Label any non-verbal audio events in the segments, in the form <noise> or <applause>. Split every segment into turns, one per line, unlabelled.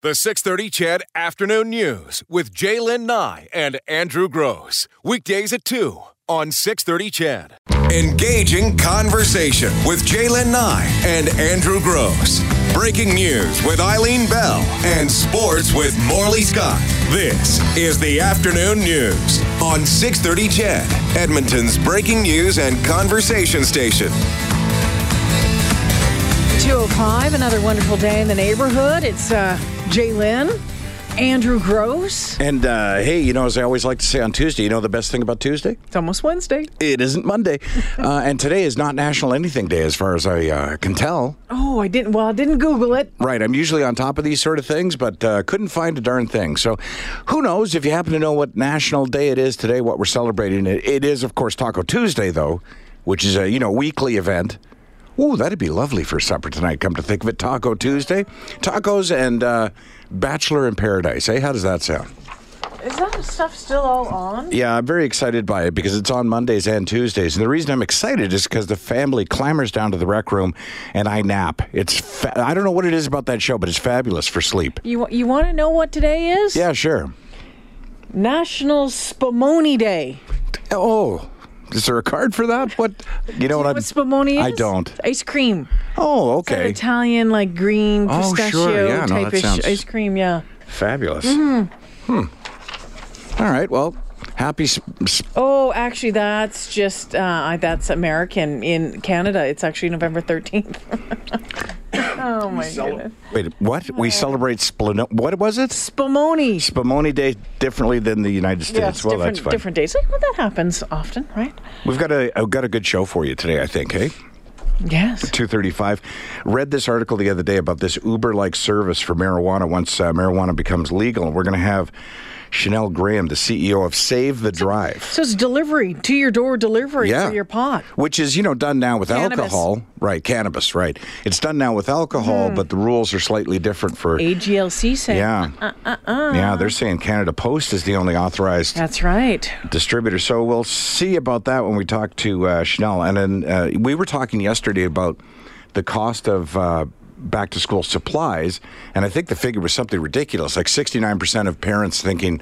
The 630 Chad Afternoon News with Jaylen Nye and Andrew Gross. Weekdays at 2 on 630 Chad. Engaging conversation with Jaylen Nye and Andrew Gross. Breaking news with Eileen Bell and sports with Morley Scott. This is the afternoon news on 630 Chad, Edmonton's breaking news and conversation station.
205, another wonderful day in the neighborhood. It's uh, Jay Lynn, Andrew Gross.
And uh, hey, you know, as I always like to say on Tuesday, you know the best thing about Tuesday?
It's almost Wednesday.
It isn't Monday. uh, and today is not National Anything Day, as far as I uh, can tell.
Oh, I didn't, well, I didn't Google it.
Right, I'm usually on top of these sort of things, but uh, couldn't find a darn thing. So who knows if you happen to know what National Day it is today, what we're celebrating. It, it is, of course, Taco Tuesday, though, which is a, you know, weekly event. Ooh, that'd be lovely for supper tonight, come to think of it. Taco Tuesday. Tacos and uh, Bachelor in Paradise, eh? How does that sound?
Is that stuff still all on?
Yeah, I'm very excited by it because it's on Mondays and Tuesdays. And the reason I'm excited is because the family clambers down to the rec room and I nap. It's fa- I don't know what it is about that show, but it's fabulous for sleep.
You, wa- you want to know what today is?
Yeah, sure.
National Spumoni Day.
Oh, is there a card for that? What you know what
What Spumoni is?
I don't.
Ice cream.
Oh,
It's an
okay.
Italian, like green
Oh, sure.
pistachio
Yeah, no, that
type-ish
sounds-
ice cream, yeah.
Fabulous.
Mm-hmm.
Hmm. All right. Well, happy sp- sp-
Oh, actually, that's just, uh, I- that's American. In Canada, it's actually November 13th. <laughs> oh, my goodness.
Wait, what? We celebrate Spleno- What was it?
Spumoni.
Spumoni Day differently than the United States.
Yes,
well,
different,
that's fine.
different days. Like, well, that happens often, right?
We've got a I've got a good show for you today, I think, hey?
Yes.
235. Read this article the other day about this Uber like service for marijuana once uh, marijuana becomes legal. We're going to have Chanel Graham, the CEO of Save the Drive,
So it's delivery to your door, delivery
Yeah.
for your pot.
which is, you know, done now with
Cannabis.
alcohol. Right, cannabis, right. It's done now with alcohol, but the rules are slightly different for.
AGLC said.
Yeah. Yeah, they're saying Canada Post is the only authorized
That's right.
distributor. So we'll see about that when we talk to uh, Chanel. And then uh, we were talking yesterday about the cost of uh, back to school supplies, and I think the figure was something ridiculous, like 69% of parents thinking.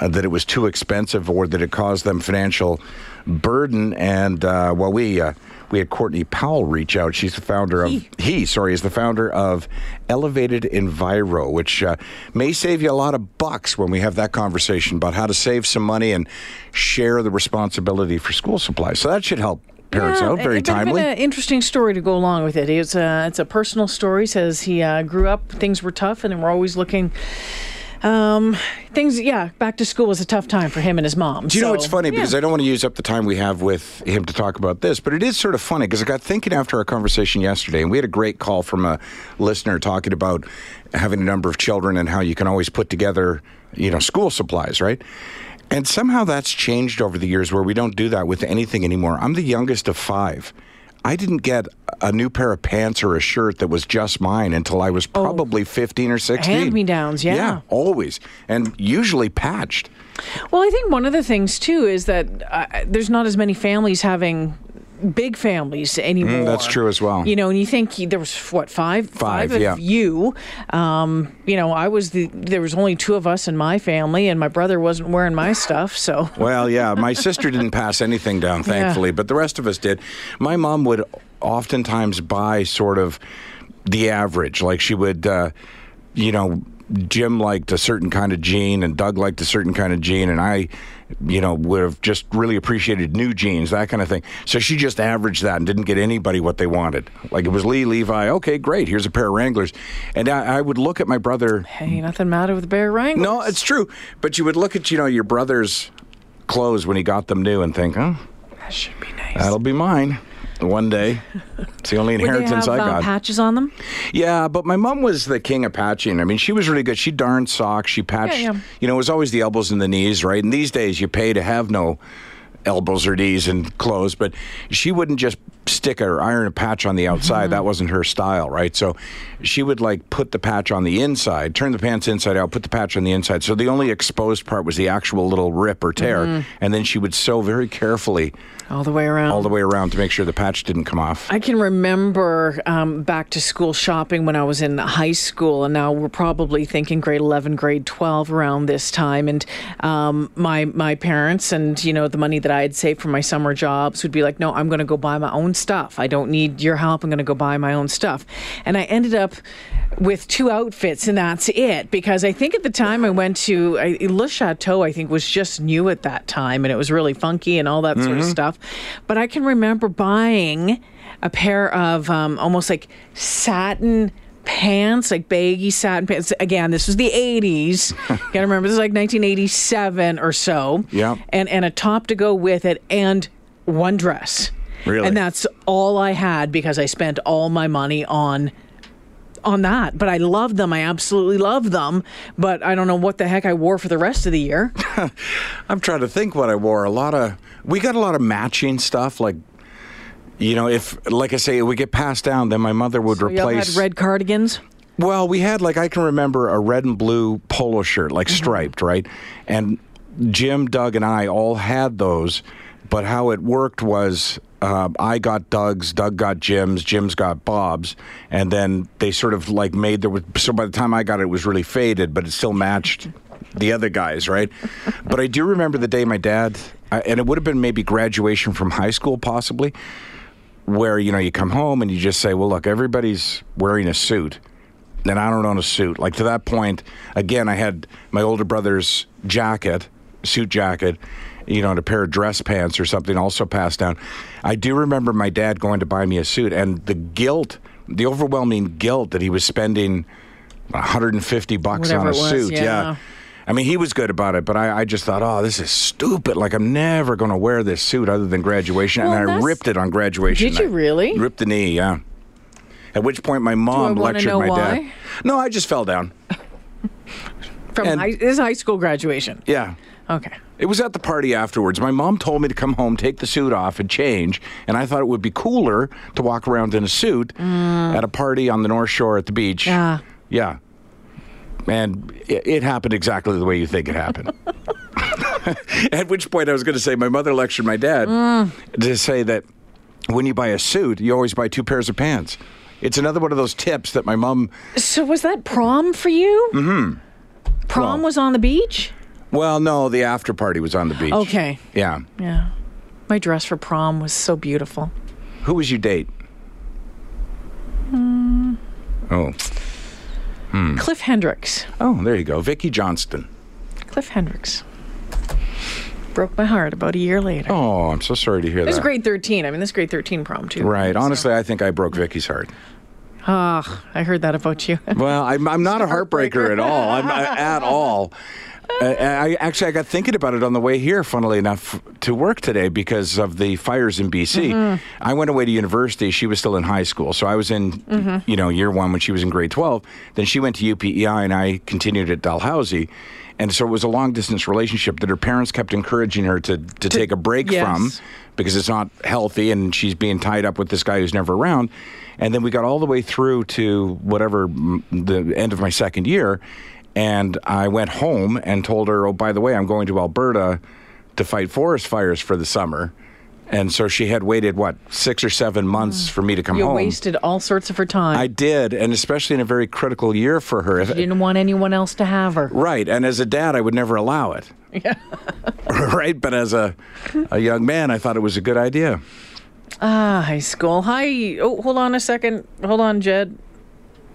Uh, that it was too expensive, or that it caused them financial burden, and uh, well, we uh, we had Courtney Powell reach out. She's the founder of he, sorry, is the founder of Elevated Enviro, which uh, may save you a lot of bucks when we have that conversation about how to save some money and share the responsibility for school supplies. So that should help parents out.
a-
Very
a bit of
timely.
an uh, interesting story to go along with it. It's a it's a personal story. Says he uh, grew up, things were tough, and they were always looking. Um, things, yeah. Back to school was a tough time for him and his mom.
Do you know it's funny because I don't want to use up the time we have with him to talk about this, but it is sort of funny because I got thinking after our conversation yesterday, and we had a great call from a listener talking about having a number of children and how you can always put together, you know, school supplies, right? And somehow that's changed over the years where we don't do that with anything anymore. I'm the youngest of five. I didn't get a new pair of pants or a shirt that was just mine until I was probably 15 or 16.
Oh. Hand-me-downs, yeah.
Yeah, always. And usually patched.
Well, I think one of the things too is that uh, there's not as many families having big families anymore.
Mm, that's true as well.
You know, and you think you- there was what five,
Five,
of
yeah.
you. Um, you know, I was the there was only two of us in my family, and my brother wasn't wearing my stuff, so.
<laughs> Well, yeah, my sister didn't pass anything down, thankfully, but the rest of us did. My mom would oftentimes buy sort of the average, like she would, uh, you know. Jim liked a certain kind of jean, and Doug liked a certain kind of jean, and I, you know, would have just really appreciated new jeans, that kind of thing. So she just averaged that and didn't get anybody what they wanted. Like it was Lee Levi, okay, great, here's a pair of Wranglers, and I, I would look at my brother.
Hey, nothing matter with Bear Wranglers.
No, it's true. But you would look at you know your brother's clothes when he got them new and think, oh,
that should be nice.
that'll be mine one day. It's the only
Would they
inheritance
have
I
uh,
got.
patches on them?
yeah, but my mom was the king of patching. I mean, she was really good. She darned socks. She patched.
yeah.
You know, it was always the elbows and the knees, right? And these days, you pay to have no elbows or knees and clothes. But she wouldn't just stick or iron a patch on the outside.
Mm-hmm.
That wasn't her style, right? So she would like put the patch on the inside, turn the pants inside out, put the patch on the inside. So the only exposed part was the actual little rip or tear.
Mm-hmm.
And then she would sew very carefully
all the way around.
all the way around to make sure the patch didn't come off.
I can remember um, back to school shopping when I was in high school, and now we're probably thinking grade 11, grade 12 around this time. And um, my my parents and you know the money that I had saved from my summer jobs would be like, no, I'm going to go buy my own stuff. I don't need your help. I'm going to go buy my own stuff. And I ended up with two outfits, and that's it. Because I think at the time I went to I, Le Chateau, I think was just new at that time, and it was really funky and all that sort of stuff. But I can remember buying a pair of um, almost like satin pants, like baggy satin pants. Again, this was the
<laughs>
80s. You gotta remember, this is like 1987 or so.
Yeah.
And, and a top to go with it and one dress.
Really?
And that's all I had because I spent all my money on on that but i love them i absolutely love them but i don't know what the heck i wore for the rest of the year
I'm trying to think what I wore. A lot of we got a lot of matching stuff like you know, if like I say it would get passed down, then my mother would
y'all had
replace
red cardigans
Well, we had like I can remember a red and blue polo shirt, like striped, right? And Jim, Doug, and I all had those, but how it worked was uh, I got Doug's, Doug got Jim's, Jim's got Bob's, and then they sort of like made there was so by the time I got it, it was really faded, but it still matched the other guys, right? but I do remember the day my dad, I, and it would have been maybe graduation from high school, possibly where you know you come home and you just say, "Well, look, everybody's wearing a suit." And I don't own a suit. Like to that point, again, I had my older brother's jacket, suit jacket, you know, and a pair of dress pants or something also passed down. I do remember my dad going to buy me a suit and the guilt, the overwhelming guilt that he was spending 150 bucks on
Whatever
a
it was,
suit.
yeah.
I mean, he was good about it, but I, I just thought, oh, this is stupid. Like, I'm never going to wear this suit other than graduation.
Well,
and I
that's-
ripped it on graduation.
Did you
night.
really?
Ripped the knee, yeah. At which point my mom
wanna
lectured
know
my dad.
why?
No, I just fell down.
from
And-
high, this is high school graduation
Yeah.
okay
It was at the party afterwards. My mom told me to come home, take the suit off, and change. And I thought it would be cooler to walk around in a suit at a party on the North Shore at the beach.
Mm. Yeah.
Yeah. And it, it happened exactly the way you think
<laughs>
it happened. <laughs> At which point I was going to say, my mother lectured my dad
Mm.
to say that when you buy a suit, you always buy two pairs of pants. It's another one of those tips that my mom.
So was that prom for you? Mm-hmm. Prom
Well-
was on the beach?
Well, no, the after party was on the beach.
Okay.
Yeah.
Yeah. My dress for prom was so beautiful.
Who was your date? Oh,
Cliff Hendricks.
oh, there you go, Vicky Johnston.
Cliff Hendricks. Broke my heart about a year later.
Oh, I'm so sorry to hear
This is
that.
grade 13. I mean, this is grade 13 prom, too.
Right. Honestly, I think I broke Vicky's heart.
Ah, I heard that about you. <laughs>
Well, I'm, I'm not a heartbreaker at all. I'm I, at all. I, I actually I got thinking about it on the way here, funnily enough, to work today because of the fires in BC. I went away to university. She was still in high school, so I was in you know year one when she was in grade twelve. Then she went to UPEI, and I continued at Dalhousie. And so it was a long distance relationship that her parents kept encouraging her to, to, take a break
yes.
from because it's not healthy and she's being tied up with this guy who's never around. And then we got all the way through to whatever mm, the end of my second year. And I went home and told her, oh, by the way, I'm going to Alberta to fight forest fires for the summer. And so she had waited, what, six or seven months for me to come
You
home.
wasted all sorts of her time.
Oh. I did, and especially in a very critical year for her. If-
you didn't want anyone else to have her.
Right, and as a dad, I would never allow it. <laughs> right, but as a, a young man, I thought it was a good idea.
Ah, high school. Hi. Oh, hold on a second. Hold on, Jed.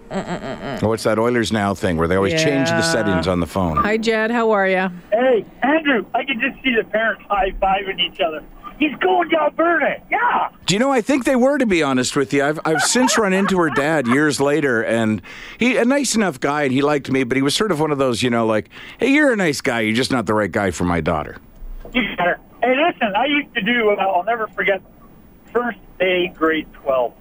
Oh, it's that Oilers Now thing where they always change
Yeah.
the settings on the phone.
Hi, Jed. How are you?
Hey, Andrew, I can just see the parents high fiving each other. He's going to Alberta. Yeah.
Do you know? I think they were, to be honest with you. I've I've since run into her dad years later, and he a nice enough guy, and he liked me, but he was sort of one of those, you know, like, hey, you're a nice guy, you're just not the right guy for my daughter.
You got her. Hey, listen, I used to do, and I'll never forget, first day, grade 12.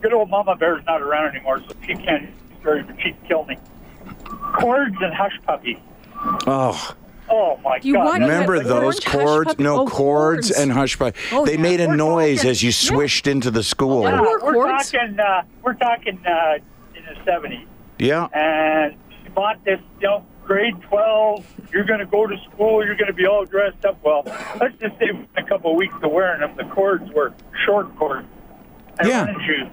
Good old Mama Bear's not around anymore, so she can't, sorry, but she'd kill me. Cords and Hush Puppy.
Oh,
Oh my
You
god!
want- <laughs>
Remember
Like
those
orange hush
cords?
puppy-
No,
oh,
cords
cords.
and hush puppies.
Oh,
they
yeah.
made a
We're
noise
talking-
as you
yeah. Oh,
swished into the school.
Yeah.
we're,
Were cords?
talking. Uh, we're talking uh, in the seventies,
Yeah.
and she bought this. You know, grade twelve. You're going to go to school. You're going to be all dressed up. Well, let's just say within a couple of weeks of wearing them, the cords were short cords and
Yeah.
running shoes.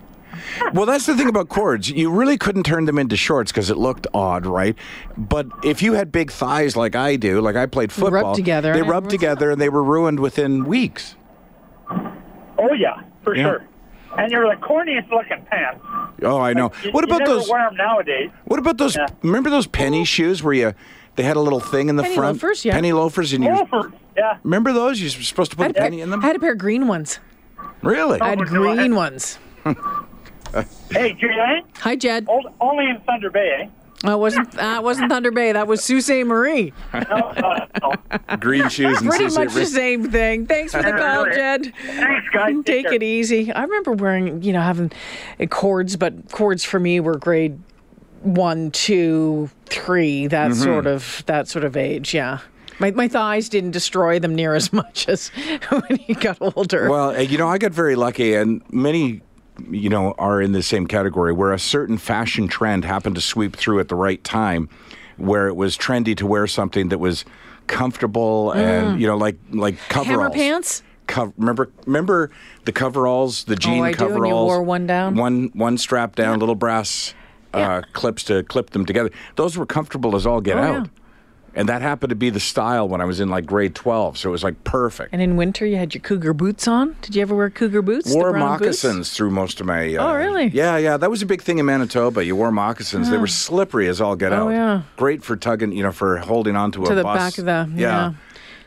Well, that's the thing about cords. You really couldn't turn them into shorts because it looked odd, right? But if you had big thighs like I do, like I played
rubbed
football,
together
They
and
rubbed
everyone's-
together and they were ruined within weeks.
Oh yeah, for
Yeah.
sure. And they were the corniest looking pants.
Oh, I know.
You-
What
you
about
never
those?
Wear them nowadays.
What about those?
Yeah.
Remember those penny shoes where you they had a little thing in the
Penny
front?
loafers, yeah. Oh.
Penny loafers, and you
Loafers, yeah.
remember those? You were supposed to
I
put a
had a,
penny
pair,
in them.
I had a pair of green ones.
really?
I had
Oh, no, I
green
had-
ones.
Hey, Julian,
Hi, Jed.
old, only in Thunder Bay.
I wasn't. That wasn't Thunder Bay. That was Sault Ste. Marie.
Eh? No, uh,
<laughs>
no.
Green shoes and
Pretty
CC
much the
wrist-
same thing. Thanks for the call, Jed.
Thanks, guys.
Take
care.
it easy. I remember wearing, you know, having uh, cords, but cords for me were grade one, two, three, that sort of that sort of age. Yeah, my my thighs didn't destroy them near as <laughs> much as when you got older.
Well, uh, you know, I got very lucky, and many, you know, are in the same category where a certain fashion trend happened to sweep through at the right time, where it was trendy to wear something that was comfortable and you know, like like coveralls.
Mm. pants? Oh,
Cov- remember, remember the coveralls, the jean
I do, and you
coveralls.
wore one down?
One one strap down, little brass uh, clips to clip them together. Those were comfortable as all get
Oh, yeah.
out. And that happened to be the style when I was in like grade 12, so it was like perfect.
and in winter, you had your cougar boots on. Did you ever wear cougar boots? The
wore
brown
moccasins
Boots?
through most of my. Uh,
Oh, really?
Yeah, yeah. That was a big thing in Manitoba. You wore moccasins. They were slippery as all get out.
Oh, yeah.
Great for tugging, you know, for holding onto
To
a
the
bus.
back of the yeah.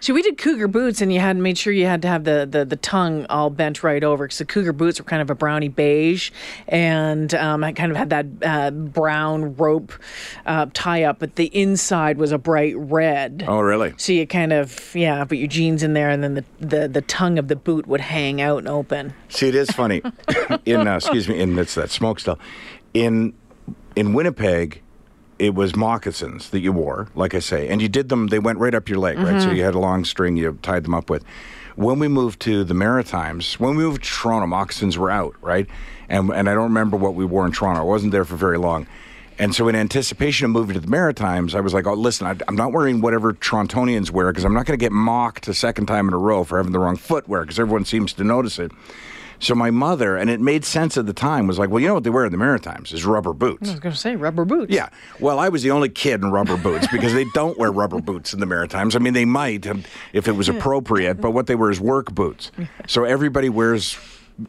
So we did cougar boots, and you had made sure you had to have the, the, the tongue all bent right over because the cougar boots were kind of a browny beige, and um, I kind of had that uh, brown rope uh, tie up, but the inside was a bright red.
Oh, really?
So you kind of yeah, put your jeans in there, and then the, the, the tongue of the boot would hang out and open.
See, it
<laughs>
is funny. in uh, excuse me, in it's that smoke style. In in Winnipeg, it was moccasins that you wore, like I say, and you did them. They went right up your leg, right? So you had a long string you tied them up with. When we moved to the Maritimes, when we moved to Toronto, moccasins were out, right? And and I don't remember what we wore in Toronto. I wasn't there for very long. And so, in anticipation of moving to the Maritimes, I was like, "Oh, listen, I, I'm not wearing whatever Torontonians wear because I'm not going to get mocked a second time in a row for having the wrong footwear because everyone seems to notice it." So my mother, and it made sense at the time, was like, "Well, you know what they wear in the Maritimes is rubber boots."
I was gonna say rubber boots.
Yeah. Well, I was the only kid in rubber boots because they don't wear rubber boots in the Maritimes. I mean, they might um, if it was appropriate, but what they wear is work boots. So everybody wears.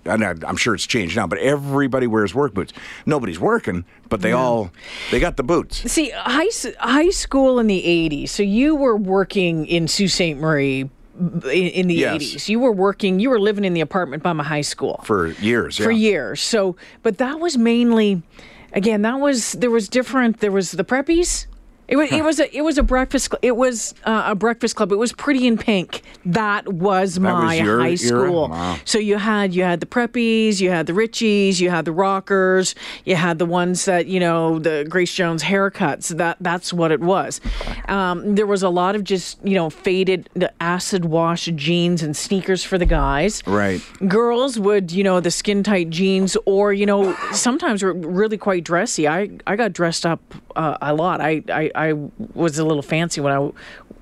And I- I'm sure it's changed now, but everybody wears work boots. Nobody's working, but they all they got the boots.
See, high s- high school in the '80s. So you were working in Sault Ste. Marie in, in the
Yes.
'80s. You were working. You were living in the apartment by my high school
For years,
for
yeah.
years. So, but that was mainly, again, that was there was different. There was the preppies. It was, it was a it was a breakfast cl- it was uh, a breakfast club. It was Pretty in Pink. That was
was
my
your
high
era?
school.
Wow.
So you had you had the preppies, you had the Richies, you had the rockers, you had the ones that you know the Grace Jones haircuts. That that's what it was. Um, there was a lot of just you know faded the acid wash jeans and sneakers for the guys
Right.
girls would you know the skin tight jeans or you know sometimes were really quite dressy i i got dressed up uh, a lot I, I i was a little fancy when i w-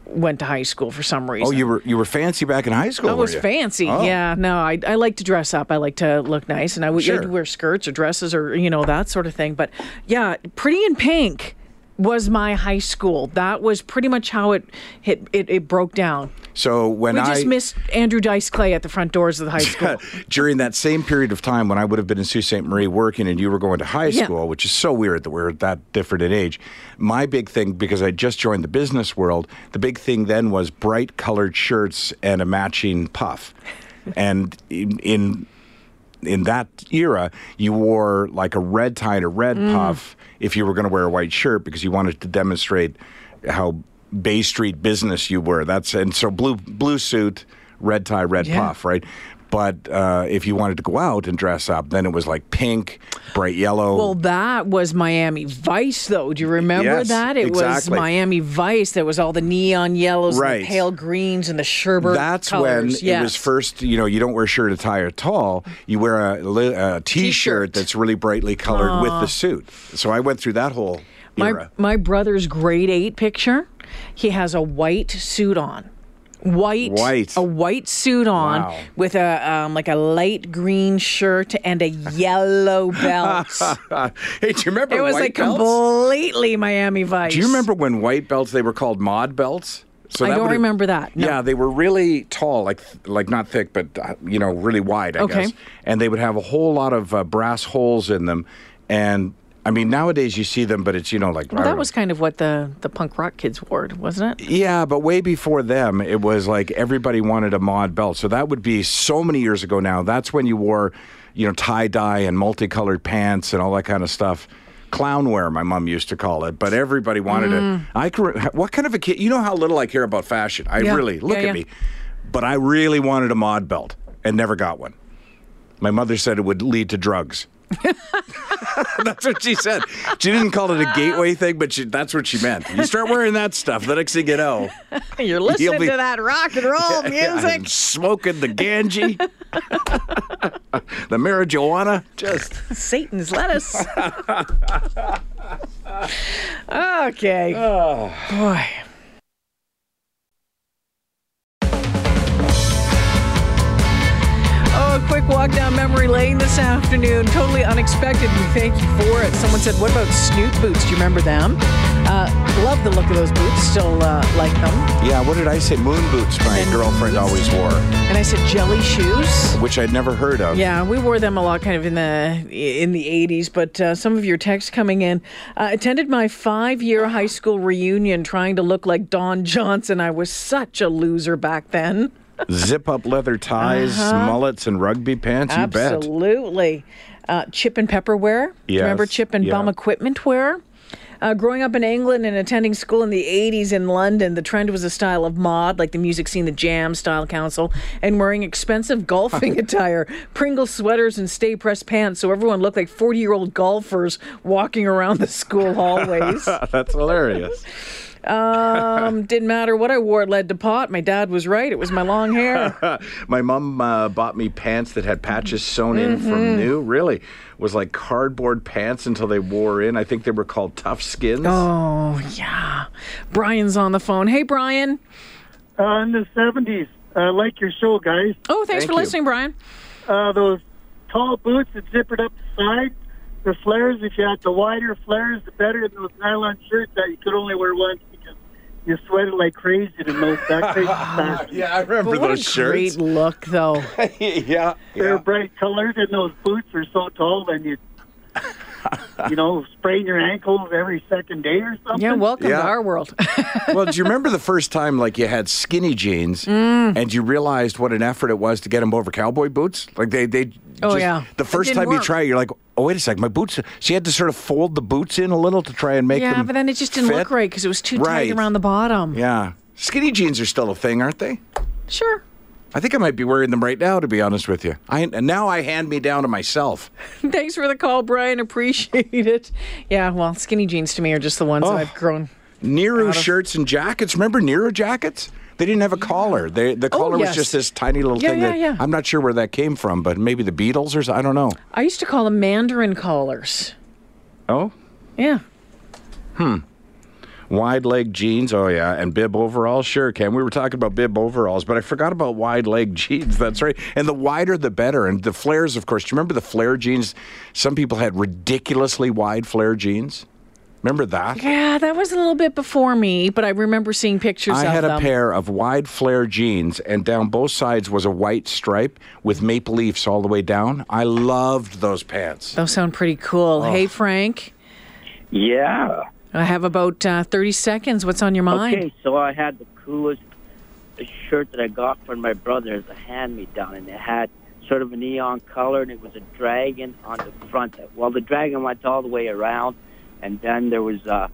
went to high school for some
Oh,
reason
you were you were fancy back in high school.
I
were
was
you?
fancy.
Oh.
Yeah, no, I, I like to dress up. I like to look nice, and I would
Sure.
I'd wear skirts or dresses or you know that sort of thing. But yeah, pretty in pink was my high school. That was pretty much how it hit, it, it broke down.
So when
We
I
just missed Andrew Dice Clay at the front doors
<laughs>
of the high school.
during that same period of time when I would have been in Sault Ste. Marie working and you were going to high
Yeah.
school, which is so weird that we're that different in age. My big thing, because I just joined the business world, the big thing then was bright colored shirts and a matching puff. and in, in in that era, you wore like a red tie and a red
Mm.
puff if you were going to wear a white shirt because you wanted to demonstrate how Bay Street business you were. That's and so blue blue suit, red tie, red
Yeah.
puff, right? But uh, if you wanted to go out and dress up, then it was like pink, bright yellow.
Well, that was Miami Vice, though. Do you remember
Yes,
that? It
exactly.
was Miami Vice. There was all the neon yellows, and
Right.
the pale greens, and the sherbet.
That's when
colors.
it was
Yes.
first. You know, you don't wear shirt or tie or tall. You wear a, li- a t-shirt,
T-shirt.
that's really brightly colored with the suit. So I went through that whole
My
era. <laughs>
my brother's grade eight picture. He has a white suit on. White,
White.
a white suit on
Wow.
with a um, like a light green shirt and a
<laughs>
yellow belt.
hey, do you remember?
it was
white
like
belts?
completely Miami Vice.
Do you remember when white belts they were called mod belts? So
I
that
don't
would've-
remember that, no.
Yeah, they were really tall, like like not thick, but uh, you know, really wide. I
Okay.
guess. And they would have a whole lot of uh, brass holes in them, and I mean, nowadays you see them, but it's you know, like
Well,
I
that
don't
was
know.
kind of what the the punk rock kids wore, wasn't it?
Yeah, but way before them, it was like everybody wanted a mod belt. So that would be so many years ago now. That's when you wore, you know, tie dye and multicolored pants and all that kind of stuff. Clown wear, my mom used to call it, but everybody wanted
Mm.
it. I can re- what kind of a kid? You know how little I care about fashion. I
Yeah.
really look
Yeah,
at
yeah.
me, but I really wanted a mod belt and never got one. My mother said it would lead to drugs. <laughs> that's what she said. She didn't call it a gateway thing, but she, that's what she meant. You start wearing that stuff, the next thing you know,
<laughs> You're listening
be-
to that rock and
<laughs>
roll
I'm
music.
smoking the ganji, <laughs> the marijuana. Just
Satan's lettuce. okay. Boy. Oh, a quick walk down memory lane this afternoon. Totally unexpected. We thank you for it. Someone said, What about snoot boots? Do you remember them? Uh, love the look of those boots. Still uh, like them.
yeah. What did I say? Moon boots. My
Moon
girlfriend
boots.
always wore,
And I said, Jelly shoes.
which I'd never heard of.
Yeah, we wore them a lot, kind of in the in the '80s. But uh, some of your texts coming in. Uh, attended my five-year high school reunion, trying to look like Don Johnson. I was such a loser back then.
Zip up leather ties, mullets, and rugby pants. You bet.
Uh-huh. Absolutely. Uh, chip and pepper wear. Do you remember
Yes,
chip and
yeah.
bum equipment wear? Uh, growing up in England and attending school in the 80s in London, the trend was a style of mod, like the music scene, the jam style council, and wearing expensive <laughs> golfing attire, Pringle sweaters, and stay pressed pants. So everyone looked like 40 year old golfers walking around the school
<laughs>
hallways.
<laughs> That's hilarious.
um, didn't matter what I wore, it led to pot. My dad was right. It was my long
<laughs>
hair.
My mom uh, bought me pants that had patches sewn in
Mm-hmm.
from new. Really, was like cardboard pants until they wore in. I think they were called tough skins.
oh, yeah. Brian's on the phone. Hey, Brian.
Uh, in the 70s. I like your show, guys.
Oh, thanks
Thank
for
you.
listening, Brian.
Uh, those tall boots that zippered up the side, the flares, if you had the wider flares, the better than those nylon shirts that you could only wear once because you sweated like crazy to most that crazy fast.
Yeah, I remember
But what a
those shirts.
great look, though.
<laughs> yeah,
They
yeah.
were bright colored and those boots were so tall and you, you know, sprain your ankles every second day or something.
yeah, welcome
Yeah.
to our
<laughs>
world.
well, do you remember the first time like you had skinny jeans
Mm.
and you realized what an effort it was to get them over cowboy boots? Like they they
Oh,
just-
yeah.
the
It
first
didn't
time
work.
you try it, you're like, "Oh, wait a sec, my boots." She had to sort of fold the boots in a little to try and make them
yeah, but then it just didn't
fit.
look right because it was too
Right.
tight around the bottom.
Yeah. Skinny jeans are still a thing, aren't they?
Sure. <laughs>
I think I might be wearing them right now to be honest with you. I and now I hand me down to myself.
Thanks for the call, Brian. Appreciate it. Yeah, well, skinny jeans to me are just the ones
Oh.
I've grown.
Nero shirts and jackets. Remember Nero jackets? They didn't have a collar. They, the
Oh,
collar
yes.
was just this tiny little
Yeah,
thing.
yeah,
that,
yeah.
I'm not sure where that came from, but maybe the Beatles or s- I don't know.
I used to call them Mandarin collars.
Oh,
Yeah.
wide leg jeans. Oh yeah, and bib overalls. Sure, Ken. We were talking about bib overalls, but I forgot about wide leg <laughs> jeans. That's right. And the wider the better. And the flares, of course. Do you remember the flare jeans? Some people had ridiculously wide flare jeans. Remember that?
Yeah, that was a little bit before me, but I remember seeing pictures
I
of
had a
them.
pair of wide flare jeans, and down both sides was a white stripe with maple leaves all the way down. I loved those pants.
Those sound pretty cool.
Oh.
Hey, Frank,
Yeah.
I have about uh, 30 seconds. What's on your mind?
Okay, so I had the coolest shirt that I got from my brother as a hand-me-down, and it had sort of a neon color, and it was a dragon on the front. Well, the dragon went all the way around, and then there was uh,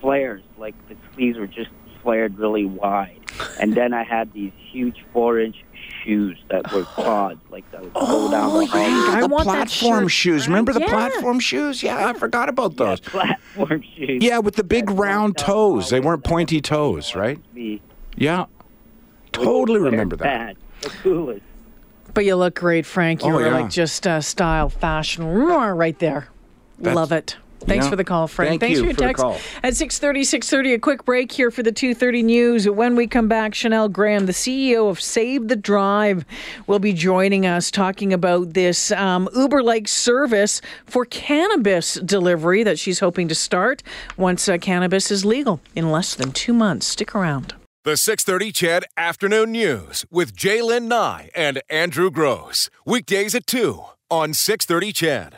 flares, like the sleeves were just flared really wide. And then I had these huge four-inch shoes that were pods, like that would go down the hallway.
I
the
want that
platform
shirt.
shoes. Remember the
Yeah.
platform shoes? Yeah, I forgot about those.
Platform shoes.
Yeah, with the big
Platform
round
toes,
toes. They
always
weren't
that
pointy toes, right?
me.
Yeah. Totally
They're
remember that.
bad. The coolest.
But you look great, Frank. You
Oh,
were
yeah.
like just uh, style, fashion, roar right there.
That's-
Love it. Thanks
Yeah.
for the call, Frank.
Thank
Thanks
you
for your
for the
text.
call.
At 6.30, 6.30, a quick break here for the 2.30 news. When we come back, Chanel Graham, the CEO of Save the Drive, will be joining us talking about this um, Uber-like service for cannabis delivery that she's hoping to start once uh, cannabis is legal in less than two months. Stick around.
The 630 Chad Afternoon News with Jaylen Nye and Andrew Gross. Weekdays at 2 on 630 Chad.